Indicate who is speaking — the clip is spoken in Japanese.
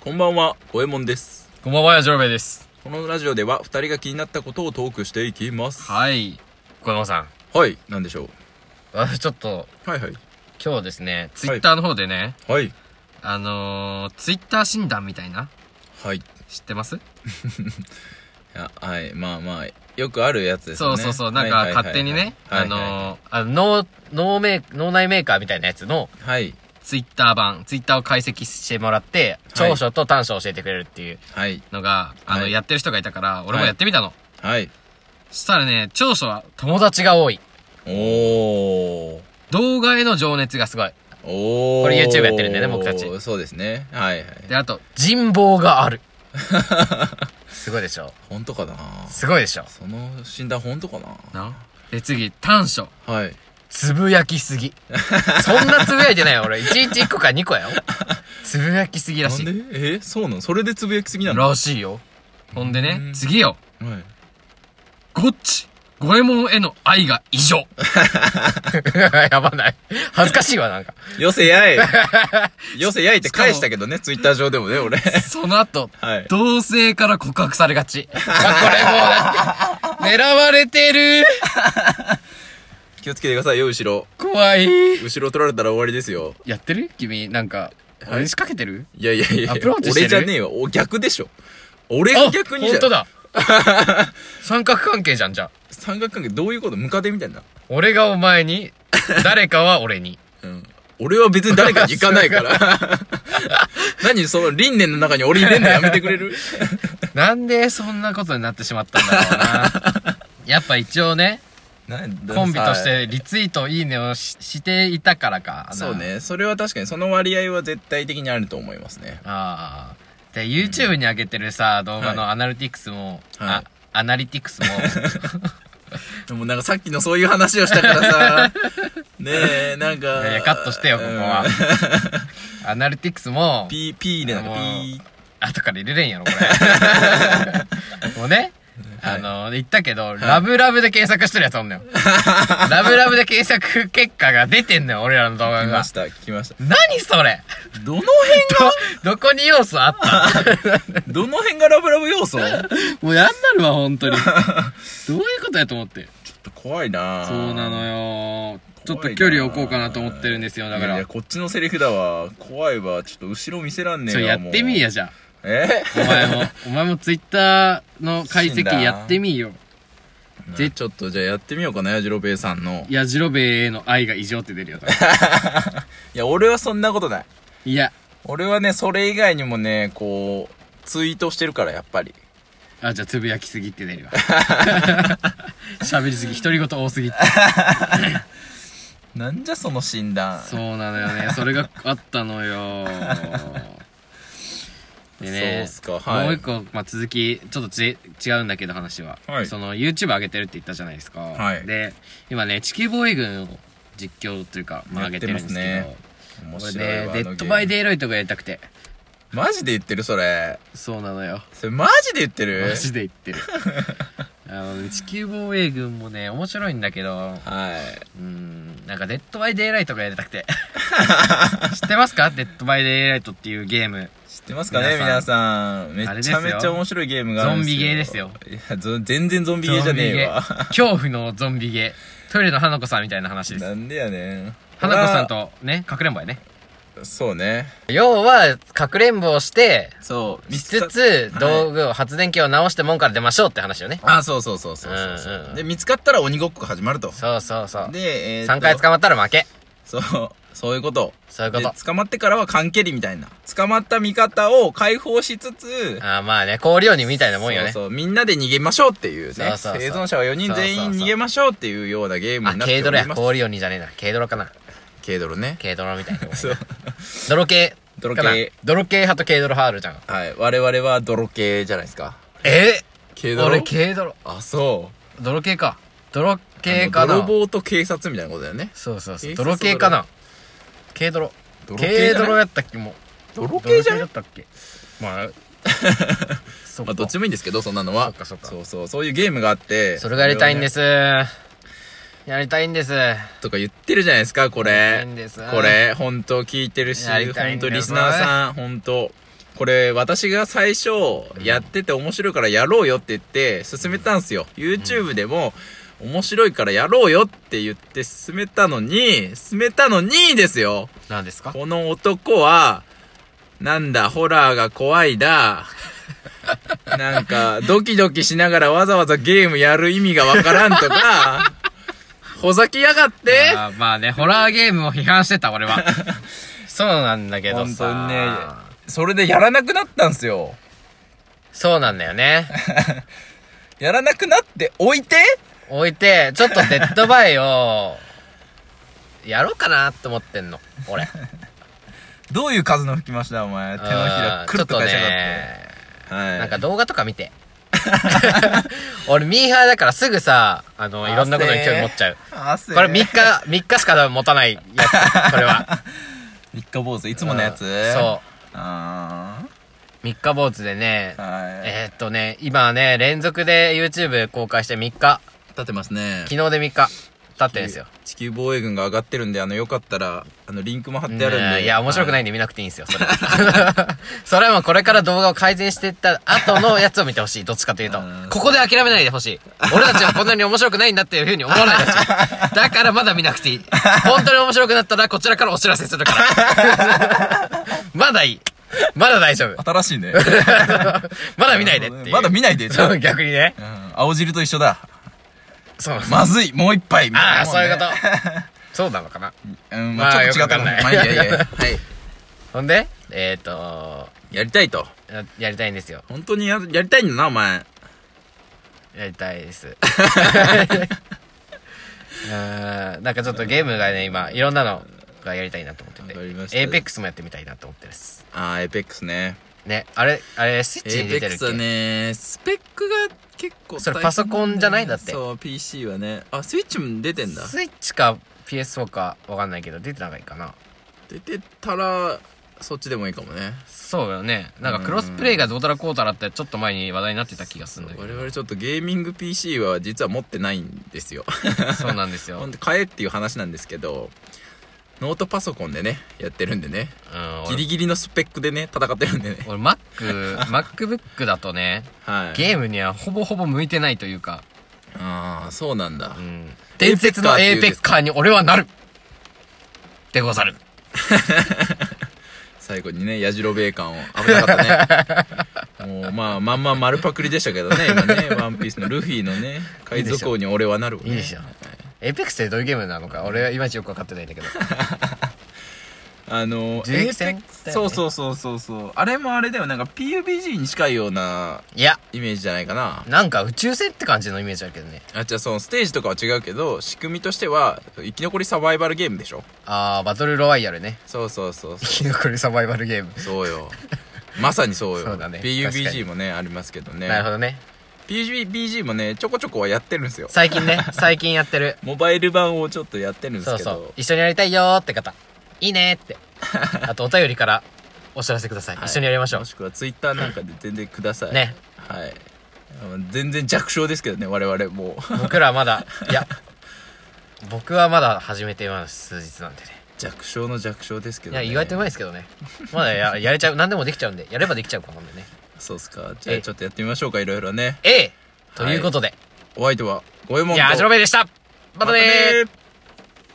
Speaker 1: こんばんは、五右衛門です。
Speaker 2: こんばんは、やじろべえです。
Speaker 1: このラジオでは、二人が気になったことをトークしていきます。
Speaker 2: はい。小野さん。
Speaker 1: はい、なんでしょ
Speaker 2: あちょっと、
Speaker 1: う。はいはい。
Speaker 2: 今日ですね、ツイッターの方でね、
Speaker 1: はい。
Speaker 2: あのー、ツイッター診断みたいな、
Speaker 1: はい。い
Speaker 2: 知ってます
Speaker 1: や、はい、まあまあ、よくあるやつですね。
Speaker 2: そうそうそう、なんか
Speaker 1: はいはいはい
Speaker 2: 勝手にね、
Speaker 1: は
Speaker 2: あ
Speaker 1: いはいはい
Speaker 2: のー、あの脳、脳メー、脳内メーカーみたいなやつの
Speaker 1: はい、
Speaker 2: ツイッター版、ツイッターを解析してもらって、
Speaker 1: はい
Speaker 2: 長所と短所を教えてくれるっていう
Speaker 1: はい、
Speaker 2: のが、あの、
Speaker 1: はい
Speaker 2: やってる人がいたから、俺もやってみたの。
Speaker 1: はい。
Speaker 2: そしたらね、長所は友達が多い。
Speaker 1: おー。
Speaker 2: 動画への情熱がすごい。
Speaker 1: おー。
Speaker 2: これ YouTube やってるんだよね僕たち
Speaker 1: そうですね。はいはい。
Speaker 2: で、あと、人望が ある。すごいでしょ
Speaker 1: 本当かな
Speaker 2: すごいでしょ
Speaker 1: その診断本当かな
Speaker 2: なで、次、短所。
Speaker 1: はい。
Speaker 2: つぶやきす ぎ。そんなつぶやいてないよ、俺。1日1個か2個やよ。つぶやきすぎら
Speaker 1: な
Speaker 2: し
Speaker 1: ん
Speaker 2: い。
Speaker 1: でえ、そうなのそれでつぶやきすぎなのは
Speaker 2: らしいよ。ほんで
Speaker 1: う
Speaker 2: ね
Speaker 1: ん、
Speaker 2: 次よ。
Speaker 1: い。
Speaker 2: ゴッチ。五右衛門への愛が異常。 やばない。恥ずかしいわ、なんか。
Speaker 1: よせ やいよせやいって返したけどね、ツイッター上でもね、俺。
Speaker 2: その後、
Speaker 1: はい。
Speaker 2: 同性から告白されがち。あこれもうなんか、狙われてる。
Speaker 1: 気をつけてくださいよ、後ろ。
Speaker 2: 怖い。
Speaker 1: 後ろ取られたら終わりですよ。
Speaker 2: やってる君、なんか、
Speaker 1: はい
Speaker 2: 俺仕掛けてる
Speaker 1: いやいやいや
Speaker 2: アプローチして
Speaker 1: 俺
Speaker 2: る
Speaker 1: じゃねえよ。お、逆でしょ。俺が逆にじゃん。
Speaker 2: 本当。だ。 三角関係じゃん、じゃあ。
Speaker 1: 三角関係どういうことムカデみたいな。
Speaker 2: 俺がお前に、誰かは俺に。
Speaker 1: うん。俺は別に誰かに行かない から。何その輪廻の中に俺入れんのやめてくれ る
Speaker 2: なんでそんなことになってしまったんだろう な。やっぱ一応ね、
Speaker 1: なんだ
Speaker 2: コンビとしてリツイート、いいねをししていたからか。
Speaker 1: そう。ね。それは確かにその割合は絶対的にあると思いますね。
Speaker 2: ああ。で、YouTube に上げてるさ、動画
Speaker 1: は
Speaker 2: のアナリティクスも、
Speaker 1: はい
Speaker 2: あ、アナリティクスも、
Speaker 1: でもなんかさっきのそういう話をしたから さ、ねえ、なん
Speaker 2: いやい
Speaker 1: か。
Speaker 2: やカットしてよ、ここ は
Speaker 1: うん。
Speaker 2: アナリティクスも、
Speaker 1: ピー、ピーでなんかピー。
Speaker 2: 後から入れれんやろ、こ れ。もうね、
Speaker 1: は
Speaker 2: あ
Speaker 1: い
Speaker 2: の、言ったけど、ラブラブで検索してるやつおん のよ。ラブラブで検索結果が出てんのよ、俺らの動画
Speaker 1: 聞きま
Speaker 2: が
Speaker 1: し。た、聞きました。
Speaker 2: 何そ れ
Speaker 1: どの辺
Speaker 2: ど、どこに要素あった
Speaker 1: どの辺がラブラブ要素ちょっ
Speaker 2: もうやんなるわ、本当 に。どういうことやと思って。
Speaker 1: と怖いなぁ
Speaker 2: そうな
Speaker 1: よ。
Speaker 2: のよ。ちょっ
Speaker 1: 怖い
Speaker 2: と
Speaker 1: な
Speaker 2: 距離を置こうかなと思ってるんですよ、だか
Speaker 1: い
Speaker 2: ら
Speaker 1: や、。こっちのセリフだわ。怖いわ。ちょっと後ろ見せらんね
Speaker 2: そ
Speaker 1: え
Speaker 2: れ
Speaker 1: わ
Speaker 2: やってみい。
Speaker 1: も
Speaker 2: や、
Speaker 1: う
Speaker 2: じゃ
Speaker 1: え
Speaker 2: あ。お前も、お前もツイッターの解析やってみいよ。
Speaker 1: で、ちょっとじゃあやってみようかな、やじろべえさんの。
Speaker 2: いや、ジロベへの愛が異常って出るよ、多分
Speaker 1: いや、俺はそんなことない。
Speaker 2: いや、
Speaker 1: 俺はね、それ以外にもね、こう、ツイートしてるから、やっぱり。
Speaker 2: あ、じゃあ、つぶやきすぎって 出るわ。喋りすぎ、独り言多すぎって。
Speaker 1: なんじゃその診断。
Speaker 2: そうなのよね。それがあったのよ。
Speaker 1: そう
Speaker 2: で
Speaker 1: っ
Speaker 2: ね、
Speaker 1: すかはい
Speaker 2: もう一個、まあ、続き、ちょっとち違うんだけど話は。
Speaker 1: はい
Speaker 2: その、YouTube 上げてるって言ったじゃないですか。
Speaker 1: はい
Speaker 2: で、今ね、地球防衛軍を実況というか、まあ、上げてるんですけど。
Speaker 1: やってますね面
Speaker 2: これ
Speaker 1: 白いわ。
Speaker 2: ね、
Speaker 1: あの
Speaker 2: デッドバ
Speaker 1: ゲーム。
Speaker 2: イデイライトがやりたくて。
Speaker 1: マジで言ってる、それ。
Speaker 2: そうなのよ。
Speaker 1: それマジで言ってる
Speaker 2: マジで言ってる。 あのね地球防衛軍もね、面白いんだけど、
Speaker 1: はい。
Speaker 2: うーん、なんかデッドバイデイライトがやりたくて。 知ってますかデッドバイデイライトっていうゲーム。
Speaker 1: 知ってますかね皆
Speaker 2: 皆
Speaker 1: さん。め
Speaker 2: あれで
Speaker 1: ち
Speaker 2: す
Speaker 1: ゃ
Speaker 2: よ
Speaker 1: めちゃ面白いゲームがあるんですよ。
Speaker 2: ゾンビゲーですよ。
Speaker 1: いや、ゾ全然ゾンビゲーじゃねえわ。
Speaker 2: ゾンビゲー恐怖のゾンビゲー。トイレの花子さんみたいな話です。
Speaker 1: なんでやねん。
Speaker 2: 花子さんとね、かくれんぼやね。
Speaker 1: と。そうね。
Speaker 2: 要は、かくれんぼをして、
Speaker 1: そう。
Speaker 2: しつつ、道具を、発電機を直して門から出ましょうって話よね。
Speaker 1: あ、そうそうそうそうそうそう、
Speaker 2: うんうんうん
Speaker 1: で、見つかったら鬼ごっこ始まると。
Speaker 2: そうそうそう。
Speaker 1: で、えーと、
Speaker 2: 3回捕まったら負け。
Speaker 1: そう、そういうこと。
Speaker 2: そういうこと
Speaker 1: で捕まってからは缶蹴りみたいな。捕まった味方を解放しつつ、
Speaker 2: ああ、まあね、氷鬼みたいなもんよね。
Speaker 1: そうそう、みんなで逃げましょうっていうね。
Speaker 2: そうそうそう
Speaker 1: 生存者は4人全員逃げましょうっていうようなゲーム
Speaker 2: あ、
Speaker 1: になってお
Speaker 2: 軽
Speaker 1: り
Speaker 2: 泥や。
Speaker 1: ます。
Speaker 2: 氷鬼じゃねえな。軽泥かな。
Speaker 1: 軽泥ね。
Speaker 2: 軽泥みたい な。
Speaker 1: そう。
Speaker 2: 泥系。
Speaker 1: 泥系
Speaker 2: かな。泥系派と軽泥派あるじゃん。
Speaker 1: はい。我々は泥系じゃないですか。
Speaker 2: え
Speaker 1: 軽泥
Speaker 2: 俺軽泥。
Speaker 1: あ、そう。
Speaker 2: 泥系か。泥系か
Speaker 1: あ
Speaker 2: な
Speaker 1: の。泥棒と警察みたいなことだよね。
Speaker 2: そうそうそ
Speaker 1: 警
Speaker 2: う。
Speaker 1: 察
Speaker 2: 泥系かな。軽泥。
Speaker 1: 泥系
Speaker 2: 軽
Speaker 1: じゃない
Speaker 2: 泥やったっけもう。
Speaker 1: 泥系じゃ
Speaker 2: 泥
Speaker 1: な
Speaker 2: だ
Speaker 1: い
Speaker 2: ったっけ まあ、そ
Speaker 1: まあ、
Speaker 2: か
Speaker 1: どっちもいいんですけど、そんなのは。
Speaker 2: そっかそっか
Speaker 1: そうそう、そういうゲームがあって。。
Speaker 2: それがやりたいんですす。やりたいんです。
Speaker 1: とか言ってるじゃないですか、こ
Speaker 2: やりた
Speaker 1: れ
Speaker 2: いん。です
Speaker 1: これ、本当聞いてるし、
Speaker 2: やりたい
Speaker 1: 本
Speaker 2: ん
Speaker 1: 当
Speaker 2: だよ
Speaker 1: リスナーさん、本当これ私が最初やってて面白いからやろうよって言って進めたんすよ。YouTube でも面白いからやろうよって言って進めたのに、進めたのにですよ。
Speaker 2: 何ですか
Speaker 1: この男は、なんだ、ホラーが怖いだ。 なんか、ドキドキしながらわざわざゲームやる意味がわからんと か、ほざきやがって
Speaker 2: あーまあね、ホラーゲームを批判してた、俺 は。そうなんだけど
Speaker 1: 本
Speaker 2: さ。
Speaker 1: 当にね、それでやらなくなったんすよ。
Speaker 2: そうなんだよね。
Speaker 1: やらなくなっておいて
Speaker 2: 置いて、ちょっとデッドバイを、やろうかなって思ってんの、 俺。
Speaker 1: どういう風の吹きましたお前。手のひら
Speaker 2: うん
Speaker 1: くるっと返しやがって。はい。
Speaker 2: なんか動画とか見て。 俺ミーハーだからすぐさ、あの、いろんなことに興味持っちゃう。
Speaker 1: 汗
Speaker 2: これ3日、3日しか多分持たないや つ、これは。
Speaker 1: 三日坊主、いつものやつ、。
Speaker 2: うんそう
Speaker 1: あ
Speaker 2: う。3日坊主でね
Speaker 1: ー、はい。
Speaker 2: えーっとね、今ね、連続で YouTube 公開して3日、
Speaker 1: 立ってますね。
Speaker 2: 昨日で3日経ってんですよ。
Speaker 1: 地球防衛軍が上がってるんで、あの、よかったら、あの、リンクも貼ってあるん
Speaker 2: う
Speaker 1: で。
Speaker 2: んいや、面白くない
Speaker 1: い。
Speaker 2: んで見なくていいんですよ、それ は。それはもうこれから動画を改善していった後のやつを見てほしい、どっちかというと
Speaker 1: うん。
Speaker 2: ここで諦めないでほしい。俺たちはこんなに面白くないんだっていうふうに思わないでほし い。だからまだ見なくていい。本当に面白くなったらこちらからお知らせするから。 まだいい。まだ大丈夫。
Speaker 1: 新しいね。
Speaker 2: まだ見ないでっていう。
Speaker 1: まだ見ないでじゃあ
Speaker 2: そう、逆にね。
Speaker 1: うん青汁と一緒だ。
Speaker 2: そうなんです
Speaker 1: まずい、もう一杯。みたい
Speaker 2: あ
Speaker 1: な
Speaker 2: あ、
Speaker 1: もんね
Speaker 2: そういうこと。 そうなのかな。
Speaker 1: うん、
Speaker 2: ま
Speaker 1: ま
Speaker 2: あ
Speaker 1: あ、ちょっと違ったかも
Speaker 2: よくわ
Speaker 1: ま
Speaker 2: か
Speaker 1: あ、い
Speaker 2: んな
Speaker 1: や
Speaker 2: い
Speaker 1: いやいや。はい。
Speaker 2: ほんで、えっと、
Speaker 1: やりたいと。
Speaker 2: ややりたいんですよ。
Speaker 1: 本当にややりたいんだな、お前。
Speaker 2: やりたいです。 うーんなんかちょっとゲームがね、今、いろんなのがやりたいなと思ってて。
Speaker 1: わかりました
Speaker 2: エイペックスもやってみたいなと思ってです。
Speaker 1: あー、エイペックスね。
Speaker 2: ね、あれ、あれ、スイッチ
Speaker 1: エ
Speaker 2: に
Speaker 1: イペ
Speaker 2: 出て
Speaker 1: ッ
Speaker 2: る
Speaker 1: ク
Speaker 2: っ
Speaker 1: スは
Speaker 2: け
Speaker 1: ね、スペックが結構
Speaker 2: それパソコンじゃないだって
Speaker 1: そう、PC はね。あ、スイッチも出てんだ。
Speaker 2: スイッチか PS4 かわかんないけど、出てた方がいいかな。
Speaker 1: 出てたら、そっちでもいいかもね。
Speaker 2: そうよね。なんかクロスプレイがどうたらこうたらってちょっと前に話題になってた気がするんだけ
Speaker 1: 我々ちょっとゲーミング PC は実は持ってないんですよ。
Speaker 2: ど。そうなんですよ。
Speaker 1: ほ
Speaker 2: うんん
Speaker 1: で買えっていう話なんですけどノートパソコンでねやってるんでねギリ
Speaker 2: 俺
Speaker 1: ギリのスペックでね戦ってるんでね
Speaker 2: 俺 Mac、MacBook だとね、
Speaker 1: はい
Speaker 2: ゲーム にはほぼほぼ向いてないというか、
Speaker 1: ああそうなんだ
Speaker 2: うん伝説のエーペッカーに俺はなるでござる。
Speaker 1: 最後にねやじろべえ感を危なかった ねもうまあまんま丸パクリでしたけどね今ね「ワンピースのルフィのね海賊王に俺はなるわね、
Speaker 2: いいでしょエーペックスってどういうゲームなのか俺はいまいちよくわかってないんだけど。
Speaker 1: あの
Speaker 2: 銃撃戦
Speaker 1: APEX
Speaker 2: だよ
Speaker 1: そうそ
Speaker 2: ね
Speaker 1: うそうそうそうあれもあれだよなんか PUBG に近いようない
Speaker 2: や、
Speaker 1: イメージじゃないかな
Speaker 2: なんか宇宙船って感じのイメージあるけどね。
Speaker 1: あじゃあそのステージとかは違うけど仕組みとしては生き残りサバイバルゲームでしょ
Speaker 2: あー、バトルロワイヤルね。
Speaker 1: そうそうそうそう
Speaker 2: 生き残りサバイバルゲーム。
Speaker 1: そうよ。まさにそうよ。
Speaker 2: そうだね確かに
Speaker 1: PUBG もね、ありますけどね。
Speaker 2: なるほどね。
Speaker 1: PUBG もね、ちょこちょこはやってるんですよ。
Speaker 2: 最近ね、最近やってる。
Speaker 1: モバイル版をちょっとやってるんです
Speaker 2: そう
Speaker 1: け
Speaker 2: そ
Speaker 1: ど。
Speaker 2: う。一緒にやりたいよーって方。いいねー って。あとお便りからお知らせください。
Speaker 1: はい
Speaker 2: 一緒にやりましょ
Speaker 1: もしくは Twitter なんかで全然ください。
Speaker 2: う。ね。
Speaker 1: はい。あの全然弱小ですけどね、我々も う。
Speaker 2: 僕らまだ、いや、僕はまだ始めてまだ数日なんでね。
Speaker 1: 弱小の弱小ですけ
Speaker 2: い
Speaker 1: ど
Speaker 2: や、
Speaker 1: ね。
Speaker 2: 意外とうまいですけどね。まだややれちゃう、何でもできちゃうんで、やればできちゃう子なんでね。
Speaker 1: そうっすか。じゃ
Speaker 2: え
Speaker 1: あ
Speaker 2: い
Speaker 1: ちょっとやってみましょうか、いろいろね。
Speaker 2: ええということで、
Speaker 1: お相手は、ごえもん
Speaker 2: い
Speaker 1: と。
Speaker 2: や、アジロベイでしたまたねー
Speaker 1: またねー